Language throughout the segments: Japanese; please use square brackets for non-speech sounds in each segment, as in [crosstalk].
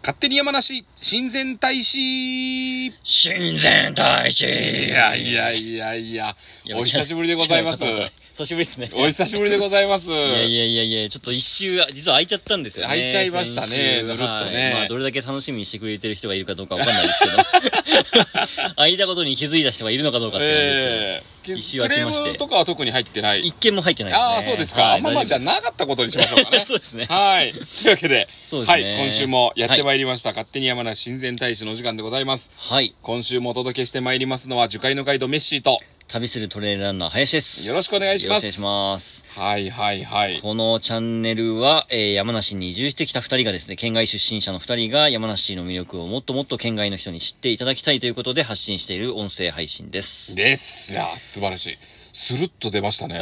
勝手に山梨、親善大使い親善大使いやいやいやいや、お久しぶりでございます。久しぶりですね。お久しぶりでございます。いいやいやいやいや、ちょっと一周、実は空いちゃったんですよね。空いちゃいましたね先週ぬるっとねはいまあ、どれだけ楽しみにしてくれてる人がいるかどうかわかんないで [laughs] すけど、空いたことに気づいた人がいるのかどうかって感じですねええ一周ク空レきましてームとかは特に入ってない。一件も入ってないですね。ああ、そうですか。はいあんままあじゃあ大丈なかったことにしましょうか夫でねす。そうですね。はい。というわけで、そうですはね。い、今週もやってはい。まいりました。勝手に山梨親善大使のお時間でございます。はい。今週もお届けしてまいりますのは、樹海のガイドメッシーと。旅するトレーランナー、林です。よろしくお願いしますよろしくお願いします。はいはいはい。このチャンネルは、えー山梨に移住してきた二人がですね、県外出身者の二人が山梨の魅力をもっともっと県外の人に知っていただきたいということで発信している音声配信です。です。いや、素晴らしい。スルッと出ましたね。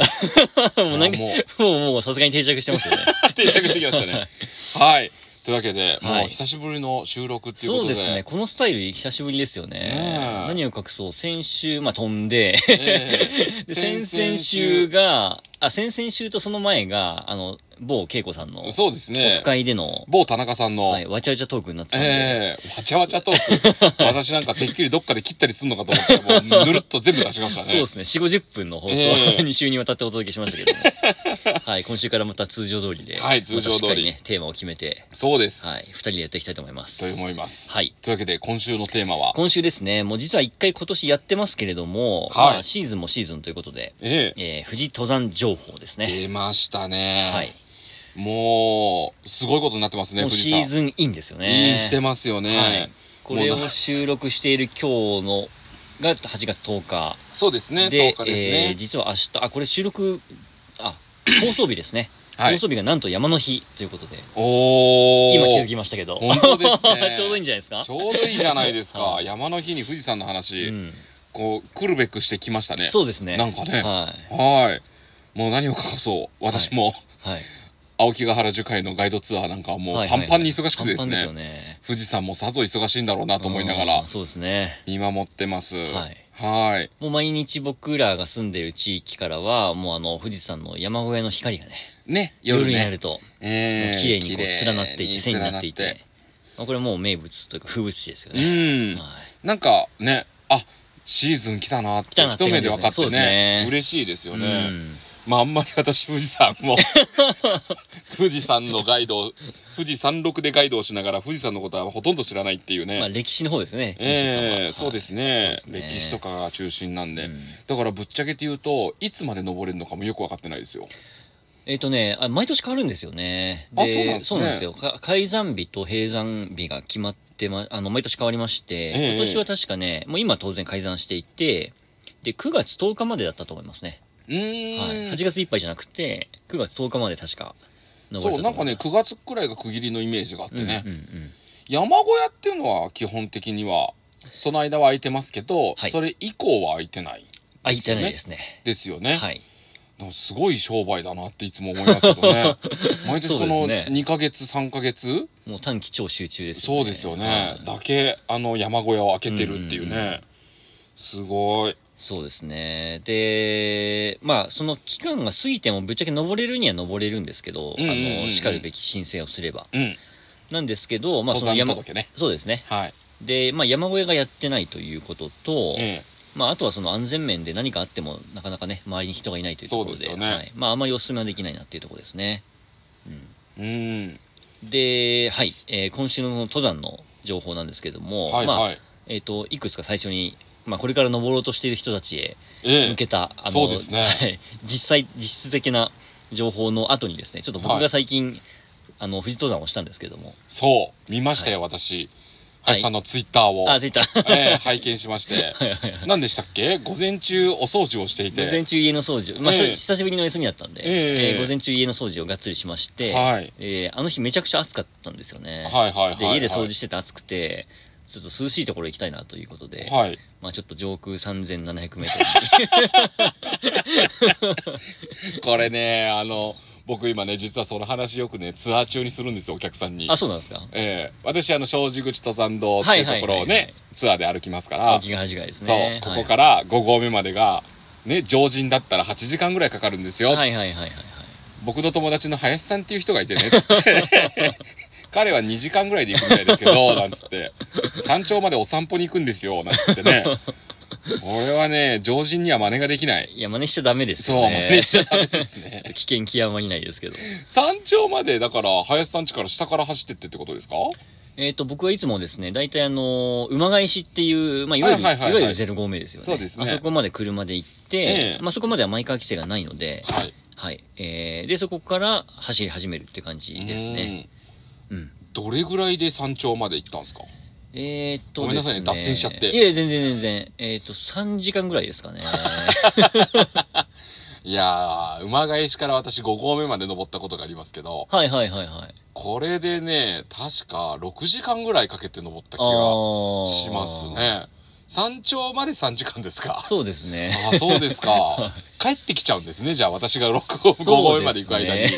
もうなんか、ももうう、もうさすがに定着してますよね。定着してきま [laughs] したね。はい。というわけで、はいもう久しぶりの収録っていうこそとうで。ですね、このスタイル久しぶりですよねね。え何を隠そう、先週、まあ飛んで、ええで先々週。が、あ、先々週とその前が、あの、某恵子さんの、オそうですねフ。会での、某田中さんの、はい、わちゃわちゃトークになってたんで、ええわちゃわちゃトーク。私なんかてっきりどっかで切ったりするのかと思ったら、 [laughs] もうぬるっと全部出しましたね。そうですね、4、50分の放送、ええ2週 [laughs] にわたってお届けしましたけども、 [laughs] はい、今週からまた通常通りで、はい通常通りまたしっかりね、テーマを決めて、そうです。はい、2人でやっていきたいと思います。と思います。はい。というわけで、今週のテーマは、今週ですね、もう実は1回今年やってますけれども、はいまあ、シーズンもシーズンということで、えええー、富士登山情報ですね。出ましたね。はい。もう、すごいことになってますね、もう富士シ山。ーズンインですよね。いいしてますよね。はいこれもうを収録している今日の、が8月10日。そうですね、で、 10日ですえーね。実は明日、あ、これ収録、あ、放送日ですね。はい放。送日がなんと山の日ということで、おー。今気づきましたけ [laughs] ど。本当ですねちょうどいいんじゃないですかちょうどいいじゃないですか。はい山の日に富士山の話、うん、こう、来るべくしてきましたね。そうですね。なんかねははい。もう何を隠そう。私も、い。はい。青木ヶ原樹海のガイドツアーなんかはもうはいパンパンに忙しくてですパンパンですよね、ね。富士山もさぞ忙しいんだろうなと思いながうらんそうですね。見守ってます。はい。はい。もう毎日僕らが住んでる地域からは、もうあの、富士山の山小屋の光がね、ね、夜夜になね。ると、えー綺麗にこう連なっていて、綺麗線になってい連て、まあこれもう名物というか風物詩ですようね。ん。はい。なんかね、あ、シーズン来たなっ来てたなって一目で分かってそうですねね、嬉しいですようね。ん。まああんまり私富士山も [laughs] 富士山のガイドを富士山麓でガイドをしながら富士山のことはほとんど知らないっていうね、まあ歴史の方ですね。西さんはええはいそうですねそうですね歴史とかが中心なんで、うんだからぶっちゃけて言うといつまで登れるのかもよく分かってないですよえっ、とねあ、毎年変わるんですよね。あそうなんですねそうなんですよ。か開山日と閉山日が決まってま、あの、毎年変わりまして、ええ今年は確かね、もう今当然開山していて、で、9月10日までだったと思いますね。うーん、はい。8月いっぱいじゃなくて、9月10日まで確か登そうれなたんとか思いねます9月くらいが区切りのイメージがあってね、うんうんうん山小屋っていうのは基本的にはその間は空いてますけど、はいそれ以降は空いてないあ、行ってないですね。ですよね、はい。なんかすごい商売だなっていつも思いますけどね。 [laughs] 毎年こそのうですね2ヶ月、3ヶ月、もう短期超集中ですそうですよね。はいだけ、あの、山小屋を開けてるっていううんうんうね。すごい。そうですね。で、まあ、その期間が過ぎても、ぶっちゃけ登れるには登れるんですけど、うんうんうんうんあの、しかるべき申請をすれば。うん。なんですけど、まあ、登その山山、届ね。そうですね。はい。で、まあ、山小屋がやってないということと、ええ。まあ、あとはその安全面で何かあっても、なかなかね、周りに人がいないというところで、そうですよねはい、まあ、あまりお勧めはできないなっていうところですね。うん。うん、で、はい、えー今週の登山の情報なんですけども、はいまあ、はい。えっ、と、いくつか最初に、まあ、これから登ろうとしている人たちへえ向え。けた、あの、そうですねはい実際、実質的な情報の後にですね、ちょっと僕はいが最近、あの、富士登山をしたんですけども、そう。見ましたよ、私。はい林さんのツイッターを。あ、着いた。ええ、拝見しまして。何でしたっけ午前中お掃除をしてい午前て。中家の掃除、まあ、ええ久しぶりの休みだったんで、ええー午前中家の掃除をがっつりしまして、はい。えーあの日めちゃくちゃ暑かったんですよね。はいはいはい。で家で掃除ししてて暑くて、ちょっと涼しいところ行きたいなということで、はい。まあちょっと上空3700メートルに、 [laughs] これね、あの、僕今ね、実はその話よくね、ツアー中にするんですよ、お客さんにあ、。そうなんですかええ私、あの、障子口登山道っていうところをはいはいはいはねい、ツアーで歩きますから、秋が恥がいですそうね。、ここから5合目までが、ね、常人だったら8時間ぐらいかかるんですよ。はいはいはいはいはいはい。僕の友達の林さんっていう人がいてね、つって。 [laughs] 彼は2時間ぐらいで行くみたいですけ [laughs] ど、なんつって。山頂までお散歩に行くんですよ、なんつって [laughs] ね。俺はね、常人には真似ができない。いや、真似しちゃダメですそう、よ真似ね。しちゃ [laughs] ダメですね。危険極まりないですけど。山頂まで、だから、林さん家から下から走ってってってことですかえっ、と、僕はいつもですね、大体あのー馬返しっていう、まあ、いわゆる、はいいはいはいはいわゆる0合目ですよね。そうですねあそこまで車で行って、ええまあ、そこまではマイカー規制がないので、はい。はい。えー、で、そこから走り始めるって感じですね。うん。うん。どれぐらいで山頂まで行ったんですかえー、っとごめんなさいねです脱線しちゃっていや、全然全然。えー、っと、3時間ぐらいで [laughs] すかね。いやー、馬返しから私5合目まで登ったことがありますけど、はいはいはいはい。これでね、確か6時間ぐらいかけて登った気がああ。します。ね。山頂まで3時間です [laughs] か。そうですね。ああ、そうですか。帰ってきちゃうんですね。じゃあ私が6合、5合目まで行く間に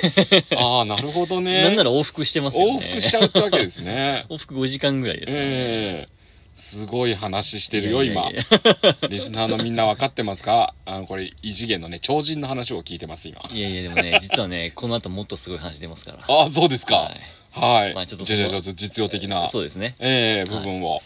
そ。ああ、なるほどね。なんなら往復してますよ往ね。復しちゃうってわけですね。往復5時間ぐらいですかね。ええすごい話してるよ、いやいや今いや。リスナーのみんな分かってますか [laughs] あの、これ、異次元のね、超人の話を聞いてます、今。いやいや、でも [laughs] ね、実はね、この後もっとすごい話出ますから。ああ、そうですか。ははいい。まあちょっとじゃあじゃあ、ちょっと実用的な、そうですね。ええ部分を。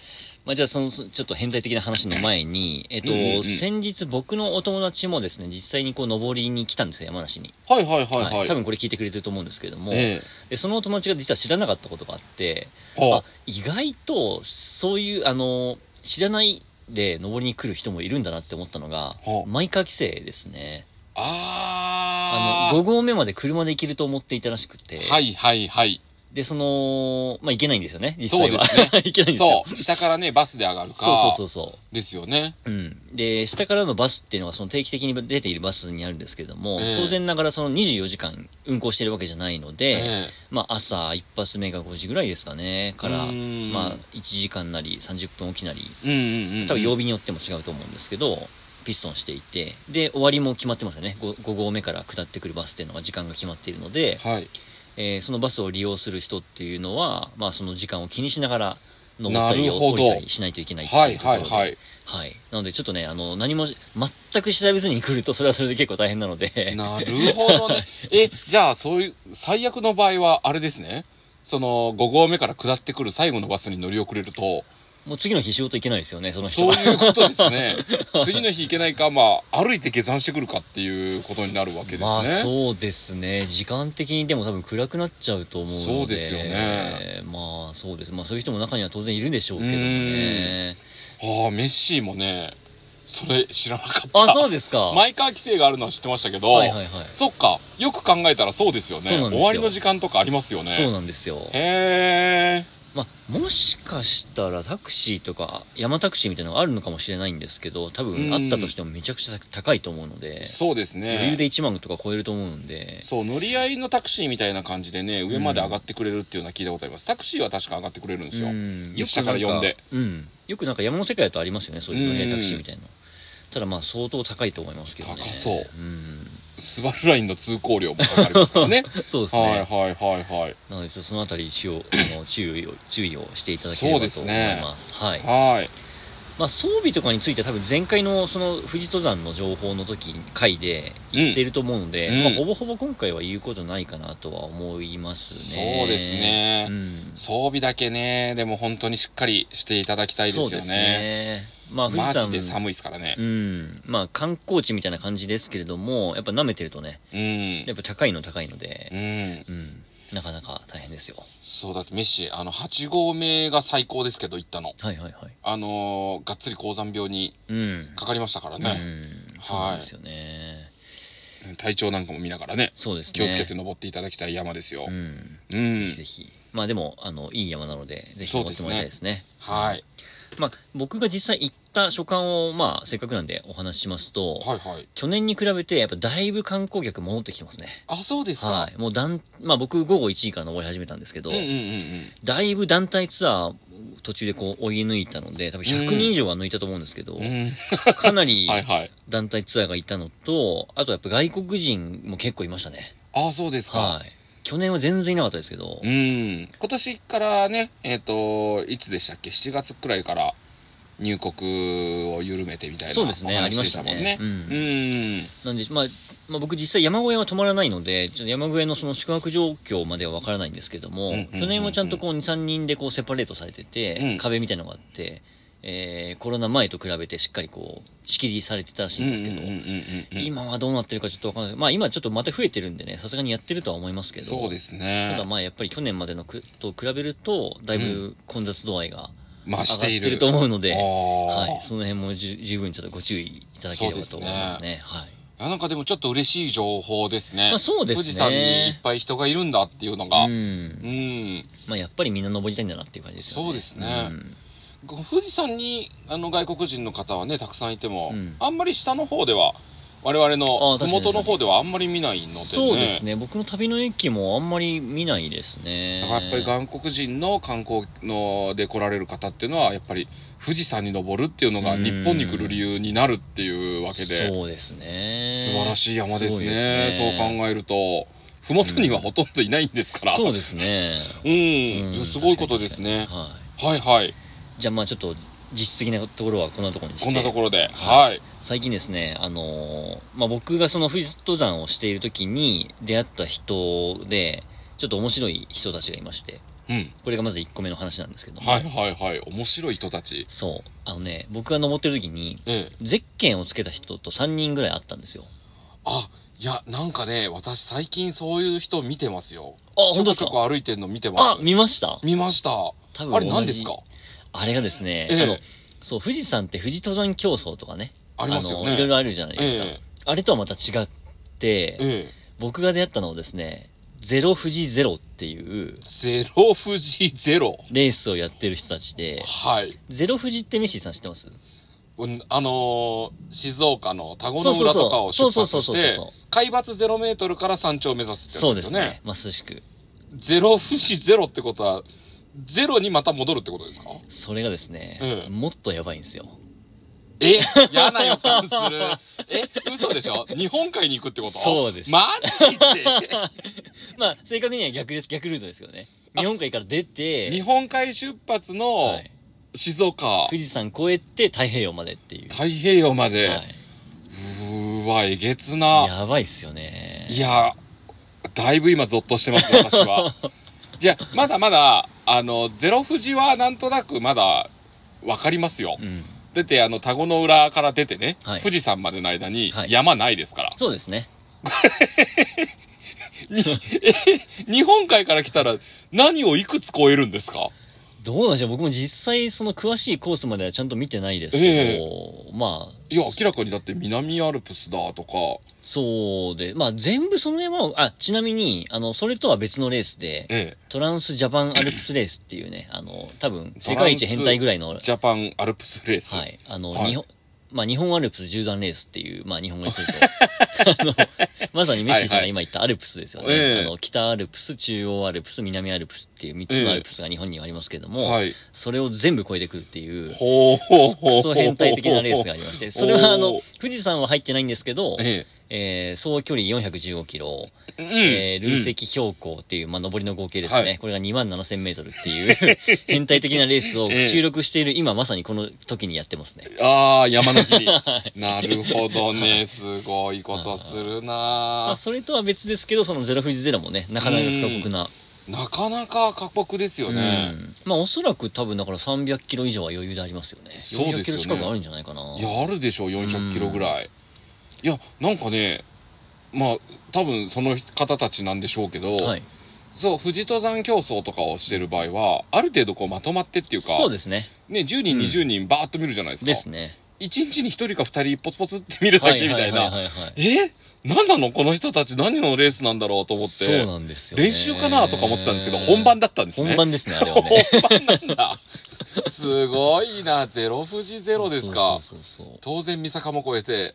まあ、じゃあ、その、そちょっと変態的な話の前に、えっと、うんうんうん先日僕のお友達もですね、実際にこう、登りに来たんですよ、山梨に。はいはいはいはい。多分これ聞いてくれてると思うんですけれども、えでそのお友達が実は知らなかったことがあって、えほうあ意外と、そういう、あの、知らないで登りに来る人もいるんだなって思ったのが、ほうマイカー規制ですね。ああの、ー5合目まで車で行けると思っていたらしくて、はいはいはい。で、その、まあ、行けないんですよね、実際は。そうです [laughs] 行けないんですよそ。う。下からね、バスで上がるか。そうそうそうそう。ですよね。うん、で下からのバスっていうのはその定期的に出ているバスになるんですけれども、ええ当然ながらその24時間運行しているわけじゃないので、えまあ、朝一発目が5時ぐらいですかねえから、うーんまあ、1時間なり30分おきなりうんうんうん。多分曜日によっても違うと思うんですけど、ピストンしていてで終わりも決まってますよね 5, 合目から下ってくるバスっていうのは時間が決まっているので、はい。えーそのバスを利用する人っていうのは、まあ、その時間を気にしながら登ったりなるほ降どりたりしないといけないってはいいうところはでいはい。はい。なので、ちょっとね、あの、何も、全く調べずに来ると、それはそれで結構大変なので、なるほどね。え、じゃあ、そういう、最悪の場合は、あれですね。その、5合目から下ってくる最後のバスに乗り遅れると、もう次の日仕事行けないですよね、その人そうは。いうことですね。次の日行けないか、まあ、歩いて下山してくるかっていうことになるわけですね。まあ、そうですね。時間的にでも多分暗くなっちゃうと思うので。そうですよね。まあ、そうです。まあ、そういう人も中には当然いるでしょうけどもね。ああ、メッシーもね、それ知らなかった。あ、そうですか。マイカー規制があるのは知ってましたけど、はいはいはい。そっか、よく考えたらそうですよね。そうなんですよ終わりの時間とかありますよね。そうなんですよ。へえ。まあ、もしかしたらタクシーとか、山タクシーみたいなのがあるのかもしれないんですけど、多う分んあったとしてもめちゃくちゃ高いと思うので、そうですね。余裕で1万とか超えると思うんで。そう乗り合いのタクシーみたいな感じでね上まで上がってくれるっていうのは聞いたことあります、タクシーは確か上がってくれるんですよ、うん下から呼んで。よくなんかうん。よくなんか山の世界だとありますよね、そういううね、んタクシーみたいな。ただまあ相当高いと思いますけどね。高そううん。スバルラインの通行料もかかりますから [laughs] ねそうですはいね。はいはいはいなので、ちょっとそのあたり一応、あの注意を、注意をしていただければと思います。はい。はいまあ装備とかについては多分前回のその富士登山の情報の時、回で言っていると思うので、うんまあほぼほぼ今回は言うことないかなとは思いますね。そうですねうん。装備だけねでも本当にしっかりしていただきたいですそうよですねね。まあ富士マ山ジで寒いですからねうん。まあ、観光地みたいな感じですけれども、やっぱ舐めてるとね、うんやっぱ高いの高いのでう、んうん。なかなか大変ですよ。そうだってメッシあの8合目が最高ですけど行ったのはいはいはい。あのーがっつり高山病にうん。かかりましたからね、うん。そうなんですよね。体調なんかも見ながらねそうですね。気をつけて登っていただきたい山ですよ、うん。うぜんひぜひ。まあでも、あの、いい山なので、ぜひ登ってもらいたいですね。はいまあ、僕が実際行った所感を、まあ、せっかくなんでお話ししますと、はいはい。去年に比べて、やっぱだいぶ観光客戻ってきてますね。あ、そうですか。はい。もうだん、まあ僕午後1時から登り始めたんですけど、うんうんうんだいぶ団体ツアー途中でこう追い抜いたので、多分100人以上は抜いたと思うんですけど、うん。うん。かなりはいはい。団体ツアーがいたのと、あとやっぱ外国人も結構いましたね。あ、そうですか。はい。去年は全然いなかったですけど、うん。今年からね、えっ、と、いつでしたっけ ?7 月くらいから、入国を緩めてみたいなそうですね、おあり話までししたたもんねね。。うんうん。なんで、まあ、まあ、僕実際山小屋は泊まらないので、ちょっと山小屋のその宿泊状況まではわからないんですけども、うんうんうんうん去年はちゃんとこう2、3人でこうセパレートされてて、うん壁みたいなのがあって、えー、コロナ前と比べてしっかりこう、仕切りされてたらしいんですけど、うんうんうんうんうん今はどうなってるかちょっとわからない。まあ今ちょっとまた増えてるんでね、さすがにやってるとは思いますけど、そうですね。ただまあやっぱり去年までのくと比べると、だいぶ混雑度合いがま上がってると思うので、ははい、その辺もじゅ十分ちょっとご注意いただければと思いますそうですね。はい。いやなんかでもちょっと嬉しい情報ですね。まあそうですね。富士山にいっぱい人がいるんだっていうのが。ううん。ん。まあやっぱりみんな登りたいんだなっていう感じですよね。そうですねうん富士山にあの外国人の方はね、たくさんいても、うんあんまり下の方では、我々あのー確かに麓の方ではあんまり見ないのでね。そうですね。僕の旅の駅もあんまり見ないですね。だからやっぱり外国人の観光ので来られる方っていうのは、やっぱり富士山に登るっていうのがうん日本に来る理由になるっていうわけで、そうですね。素晴らしい山ですすごいね。ですそうね考えると、ふもとにはほとんどいないんですから。そうですね。うん、いやすごいことですね確。かに確かにははいはい。い。じゃあまあちょっと実質的なところはこんなところにして。こんなところで。ははい。最近ですね、あのーまあ、僕がその富士登山をしている時に出会った人で、ちょっと面白い人たちがいまして、うん。これがまず1個目の話なんですけども、はいはいはい。面白い人たち。そう、あのね、僕が登ってる時に、ええ。ゼッケンをつけた人と3人ぐらいあったんですよ。あ、いや、なんかね、私最近そういう人見てますよ。あ、本当でちすょかこちょこ歩いてんの見てまあ、す。見ました見ました。多あれ何同でじすかあれがですね、ええあの、そう、富士山って富士登山競争とかね、ありますよのいろいね。ろあるじゃないですか。えあれとはまた違って、え。ええ。僕が出会ったのはですね、ゼロ富士ゼロっていう、ゼロ富士ゼロ。レースをやってる人たちで、はい。ゼロ富士ってメッシーさん知ってますうんあのー静岡の田子の浦とかを出そうそう発そしうそうてそうそうそう、海抜ゼロメートルから山頂を目指すってそやうつでですすよねね。。まさしく。ゼロ富士ゼロってことは、ゼロにまた戻るってことですかそれがですね、ええもっとやばいんですよ。え、嫌な予感する。え、嘘でしょ日本海に行くってことそうですマジでまあ、正確には逆です、逆ルートですけどね。日本海から出て、日本海出発のはい静岡、富士山越えて太平洋までっていう。太平洋まで、はうーわ、えげつい、な。やばいっすよね。いや、だいぶ今ゾッとして [laughs] ます、私は。じゃあ、まだまだ、あの、ゼロ富士はなんとなくまだ、わかりますよう。ん。だって、あの、田子の浦から出てね、はい富士山までの間にはい山ないですから。そうですね。日本海から来たら何をいくつ超えるんですかどうなんでしょう僕も実際その詳しいコースまではちゃんと見てないですけど、えまあ、いや、明らかにだって南アルプスだとか、そうで、まあ全部その山を、あ、ちなみに、あの、それとは別のレースで、ええ、トランスジャパンアルプスレースっていうね、あの、多分、世界一変態ぐらいの、はジャパンアルプスレース。い、あの、はい日本、まあ、日本アルプス縦断レースっていう、まあ、日本語にす [laughs] ると、あの、まさにメッシーさんが今言ったアルプスですよね。はいはいええあの、北アルプス、中央アルプス、南アルプスっていう3つのアルプスが日本にはありますけれども、はい。それを全部越えてくるっていう、ほうほうクほう。ソ変態的なレースがありまして、それはあの、富士山は入ってないんですけど、ええー総距離415キロ、え。うん。えー累積標高っていう、まあ、上りの合計ですね。はいこれが2万7000メートルっていう、変態的なレースを [laughs] ええ収録している今まさにこの時にやってますね。うんああ、山の日に。 [laughs] はいなるほどね。すごいことするまあ、なそれとは別ですけど、そのゼロ富士ゼロもね、なかなか過酷な。なかなか過酷ですようね。んまあ、おそらく多分だから300キロ以上は余裕でありますよね。そうですよね400キロ近くあるんじゃないかな。いや、あるでしょう、400キロぐらい。いや、なんかね、まあ、多分その方たちなんでしょうけど、はい。そう、富士登山競争とかをしてる場合は、ある程度こうまとまってっていうか、そうですね。ね、10人、うん20人バーッと見るじゃないですか。です [laughs] ね。 1日に1人か2人ポツポツって見るだけみたいはいはな。いはいはいはいえ何なのこの人たち何のレースなんだろうと思っそうて、なんですよ、ね。練習かなとか思ってたんですけど、本番だったんですね。本番ですね、あれはね。本番なんだ。すごいな、ゼロ富士ゼロですか。そうそうそうそう当然、三坂も超えて、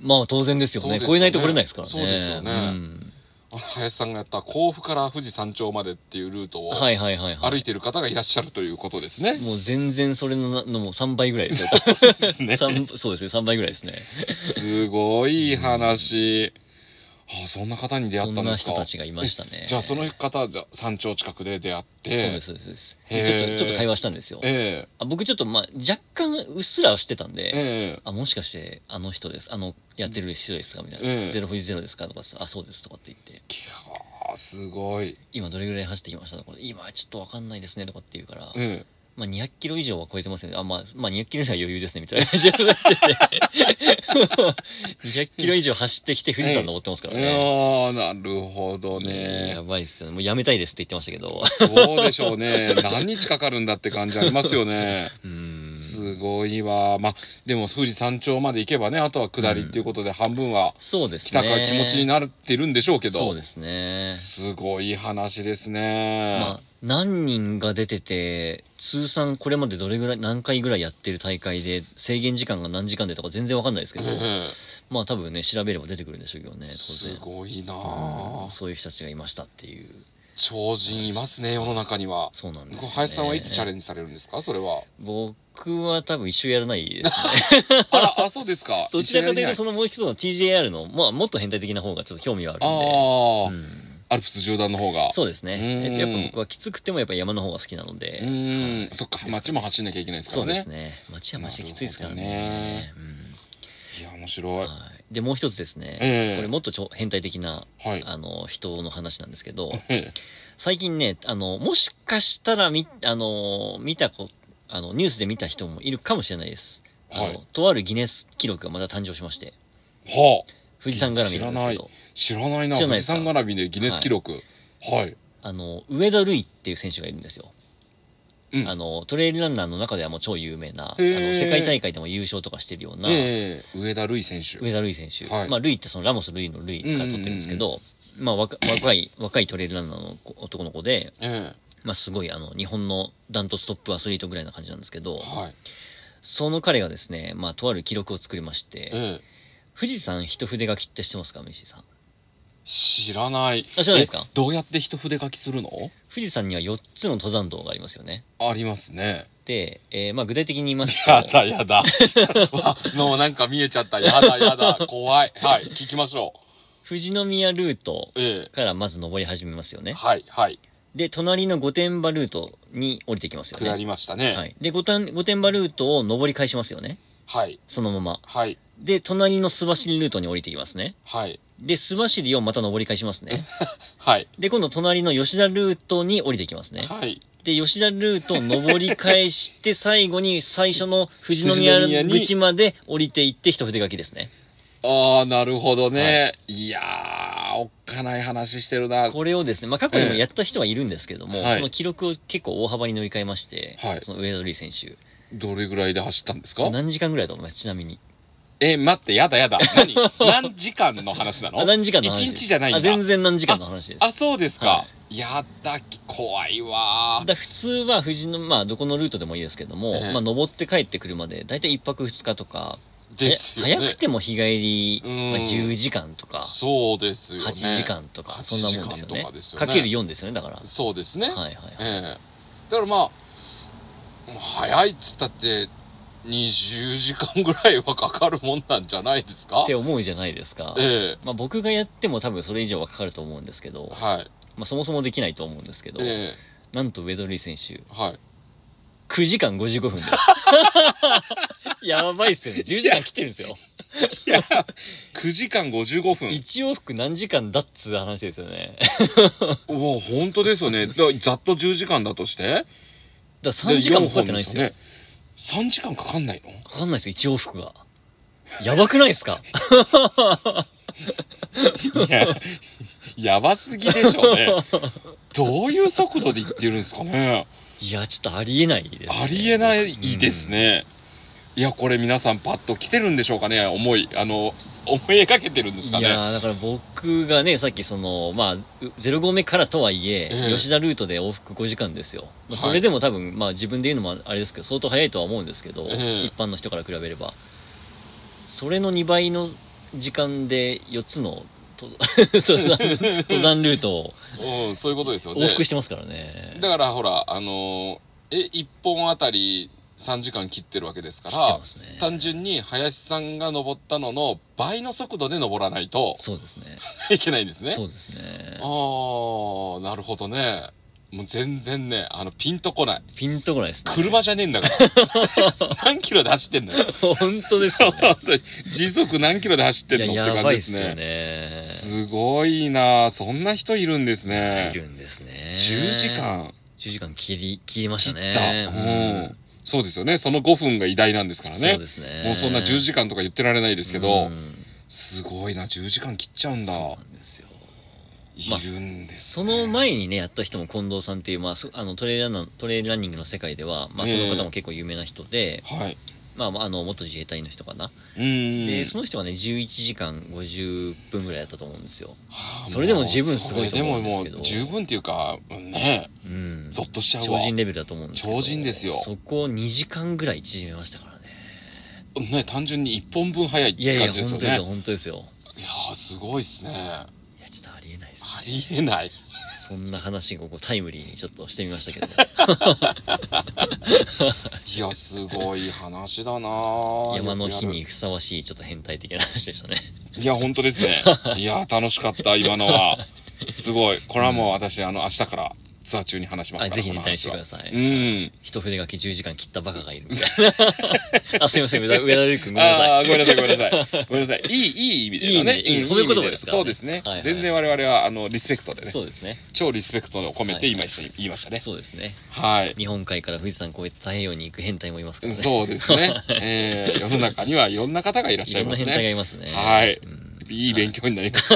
まあ当然ですよそうね。ですよね超えないと来れないですからね。そうですよねうんあの林さんがやった甲府から富士山頂までっていうルートをはいはいはいはい。歩いてる方がいらっしゃるということですね。もう全然それのなのもう3倍ぐらいですよ。ですね三そうですね、3倍ぐらいですね。すごい話。ああそんな方に出会そっんたんなですか人たちがいましたね。じゃあその方じゃ山頂近くで出会ってそうです、そうですそうです。へーでちょっと、ちょっと会話したんですよ。えあ僕ちょっと、まあ、若干うっすらはしてたんえで、えあ、もしかして、あの人です。あの、やってる人ですかみたいな。ええ080ですかとかさ、あ、そうですとかって言って、えいやあすごい今どれぐらい走ってきましたとか、今ちょっとわかんないですねとかって言うから、えまあ200キロ以上は超えてますよね。あ、まあ、まあ200キロ以上は余裕ですね、みたいな感じになって [laughs] て。200キロ以上走ってきて富士山登ってますからえね。いやあなるほどねやばいですよね。もうやめたいですって言ってました [laughs] けど。そうでしょう [laughs] ね何日かかるんだって感じありますよねうーん。すごいわまあでも富士山頂まで行けばねあとは下りっていうことで半分はそうです来ね。たか気持ちになってるんでしょうけど、そうですね。すごい話ですね、まあ、何人が出てて、通算これまでどれぐらい、何回ぐらいやってる大会で、制限時間が何時間でとか全然わかんないですけど、えまあ多分ね、調べれば出てくるんでしょうけどね、え当す然。ごいなうあんそういう人たちがいましたっていう。超人いますね世の中にはそうなんですよ、ね。林さんはいつチャレンジされるんですかそれ [laughs] は僕は多分一生やらないですね。あらあそうですか [laughs] どちらかという一と、緒そのもう一つの TJR の、まあ、もっと変態的な方がちょっと興味はあるんにやりで。ないああ、うんアルプス縦断の方がそうですね。うんえやっぱ僕はきつくてもやっぱ山の方が好きなので。うーん、はいそっか街も走んなきゃいけないですかそうらねですね。街は街できついですからね。いや面白い、うんはいで、もう一つですね。ええこれもっとちょ変態的な、はいあの、人の話なんですけど、え最近ね、あの、もしかしたらみ、あの、見たこ、あの、ニュースで見た人もいるかもしれないです。あのはいとあるギネス記録がまた誕生しまして。えはあ富士山絡みなんですけ知らど、知らないな知ら富ないで士すか山並びでギネス記録はい、あの、上田瑠衣っていう選手がいるんですよ。うんあの、トレイルランナーの中ではもう超有名な、あのへー世界大会でも優勝とかしてるような、ええ上田瑠唯選手上田瑠衣選手。はいまあ、瑠衣ってそのラモス瑠衣の瑠衣から取ってるんですけど、まあ、若若い、若いトレイルランナーの子男の子で、えまあ、すごい、あの、日本のダントツトップアスリートぐらいな感じなんですけえど、はいその彼がですね、まあ、とある記録を作りましえて、え富士山一筆書きって知ってますか、石井さん。知らないあ知らないですかえどうやって一筆書きするの富士山には4つの登山道がありますよね。ありますねで、えーまあ、具体的に言いますと、やだや [laughs] だわもうなんか見えちゃったやだやだ怖いはい聞きましょ富士宮ルートうえからまず登り始めますよえね。はいはいで、隣の御殿場ルートに降りてきますよね。下りましたねはい。で、御殿御殿場ルートを登り返しますよね。はいそのまま。はいで、隣の須走ルートに降りてきますね。はいで、須走をまた登り返しますね。はいで、今度隣の吉田ルートに降りてきますね。はいで、吉田ルートを登り返して、最後に最初の富士宮富士宮に口まで降りていって一筆書きですね。ああなるほどね、い、やーおっかない話してるなこれをですね、まあ、過去にもやった人はいるんですけどえも、えはいその記録を結構大幅に乗り換えまして、はいその上田瑠唯選手、どれぐらいで走ったんですか何時間ぐらいだと思いますちなみに。え待ってやだ [laughs] やだ何何時間の話なのあ何時間の話一日じゃないんだあ全然何時間の話です。あそうですか、はやだ怖いわだから普通は富士の、まあ、どこのルートでもいいですけども、ええまあ、登って帰ってくるまで、だいたい1泊2日とか、ーですよねえ早くても日帰り、うんまあ、10時間とか、そうですよね8時間とか、そんなもんですよ8時間ねとかですよねかける4ですよね、だから。そうですね、はいはいえはい。えだからまあもう早いっつったって20時間ぐらいはかかるもんなんじゃないですかって思うじゃないですか。ええまあ、僕がやっても多分それ以上はかかると思うんですけど、はいまあ、そもそもできないと思うんですけど、ええなんとウェドリー選手、 [laughs] はい9時間55分です。 [laughs] やばいっすよね。10時間切ってるんですよ。 9時間55分一往復何時間だっつう話ですよね。だかうわ本当ですよねだざっと10時間だとしてら3時間もかかってないっすよ。ね3時間かかんないのかかんないっすよ、一往復が。やばくないっすかいや、やばすぎでしょうね。どういう速度で行ってるんですかね。いや、ちょっとありえないです、ね。ありえないですね。いや、これ皆さんパッと来てるんでしょうかね。思い、あの、思い描けてるんでうん。すいかね。やーだから僕がね、さっきその、まあ、0合目からとはいえ、ええ吉田ルートで往復5時間ですよ。まあ、はいそれでも多分、まあ自分で言うのもあれですけど、相当早いとは思うんですけど、ええ一般の人から比べれば。それの2倍の時間で4つのと [laughs] 登山登山ルート [laughs] をうん、そういうことですよね往。復してますからね。だからほら、あの、え、1本あたり3時間切ってるわけですか切ってらま、すね。単純に林さんが登ったのの倍の速度で登らないとそうですね。いけないんですね。そうですねあ。ー、なるほどね。もう全然ね、あの、ピンとこない。ピンとこないですね。車じゃねえんだから。何キロで走ってんだよ。 [laughs] 本当です [laughs] よね。本当に時速何キロで走ってんのいっや、てや感じばいでっすすよね。ね。すごいなそんな人いるんですねい。るんですね。 10時。間10時間切り、切りまし切たった、ね。うん。そうですよね。その5分が偉大なんですからそうねで。すね。もうそんな10時間とか言ってられないですけど、うんすごいな、10時間切っちゃうんだ。そうなんですよ。いまあるんです、その前にね、やった人も近藤さんっていう、まあ、そあのトレイランナートレイルランニングの世界では、まあ、その方も結構有名な人で、はい。まあまあ、あの、元自衛隊の人かな。うーん。で、その人はね、11時間50分ぐらいだったと思うんですよ。はあそれでも十分すごいと思うんですけどそれでももう十分っていうか、ね、うん。ゾッとしちゃう超わ。人レベルだと思うんですけど。超人ですよそこを2時間ぐらい縮めましたからね。ね、単純に1本分早いいやいや、感じです本よね。いや当ですよ、本当ですよ。ーすごいですね。あいや、ちょっとありえないですね。りえない。そんな話をこうタイムリーにちょっとしてみましたけど、いや、すごい話だなぁ山の日に。ふさわしいちょっと変態的な話でし [laughs] たね。いや、本当です [laughs] ね。いや、楽しかった、今のは。すごい。これはもう私、あの、明日からツアー中に話しますあから。ぜひこねの対話してはください。うん。一筆書き10時間切ったバカがいるみたいな。あ、すいません、上田上田瑠璃君ごめんなさあい。あー、ごめんなさい、ごめんなさい。ごめんなさい。いい、いい意味でのね。いい意味でうん褒め言葉ですからねそうですねはいは。い全然我々は、あの、リスペクトでね。そうですね。超リスペクトを込めはてい今一緒に言いましたね。そうですね。はい。日本海から富士山越えて太平洋に行く変態もいますからね。う。そうです [laughs] ね。えー世の中にはいろんな方がいらっいしゃいろんまなす変態がね。いますね。はいうんいい勉強になりました。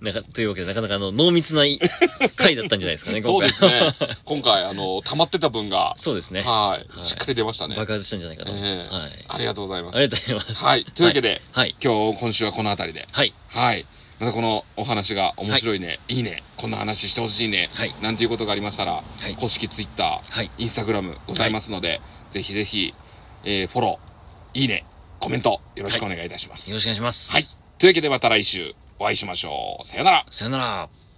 なんか、というわけで、なかなかあの、濃密な回だったんじゃないですかね、今そう回。ですね。今回、あの、溜まってた分が、 [laughs] そうですね。はい。いしっかり出ましたね。爆発したんじゃないかと。えはい。えありがとうございます。ありがとうございます。はい。というわけで、はい。今日、今週はこの辺りで。はい。はい。またこのお話が面白いね、い、いね、こんな話してほしいね、はいなんていうことがありましたら、はい公式ツイッター、はい。インスタグラムございますので、ぜひぜひ、えーフォロー、いいね、コメント、よろしくお願いいたします。よろしくお願いします。はいというわけでまた来週お会いしましょう。さよなら。さよなら。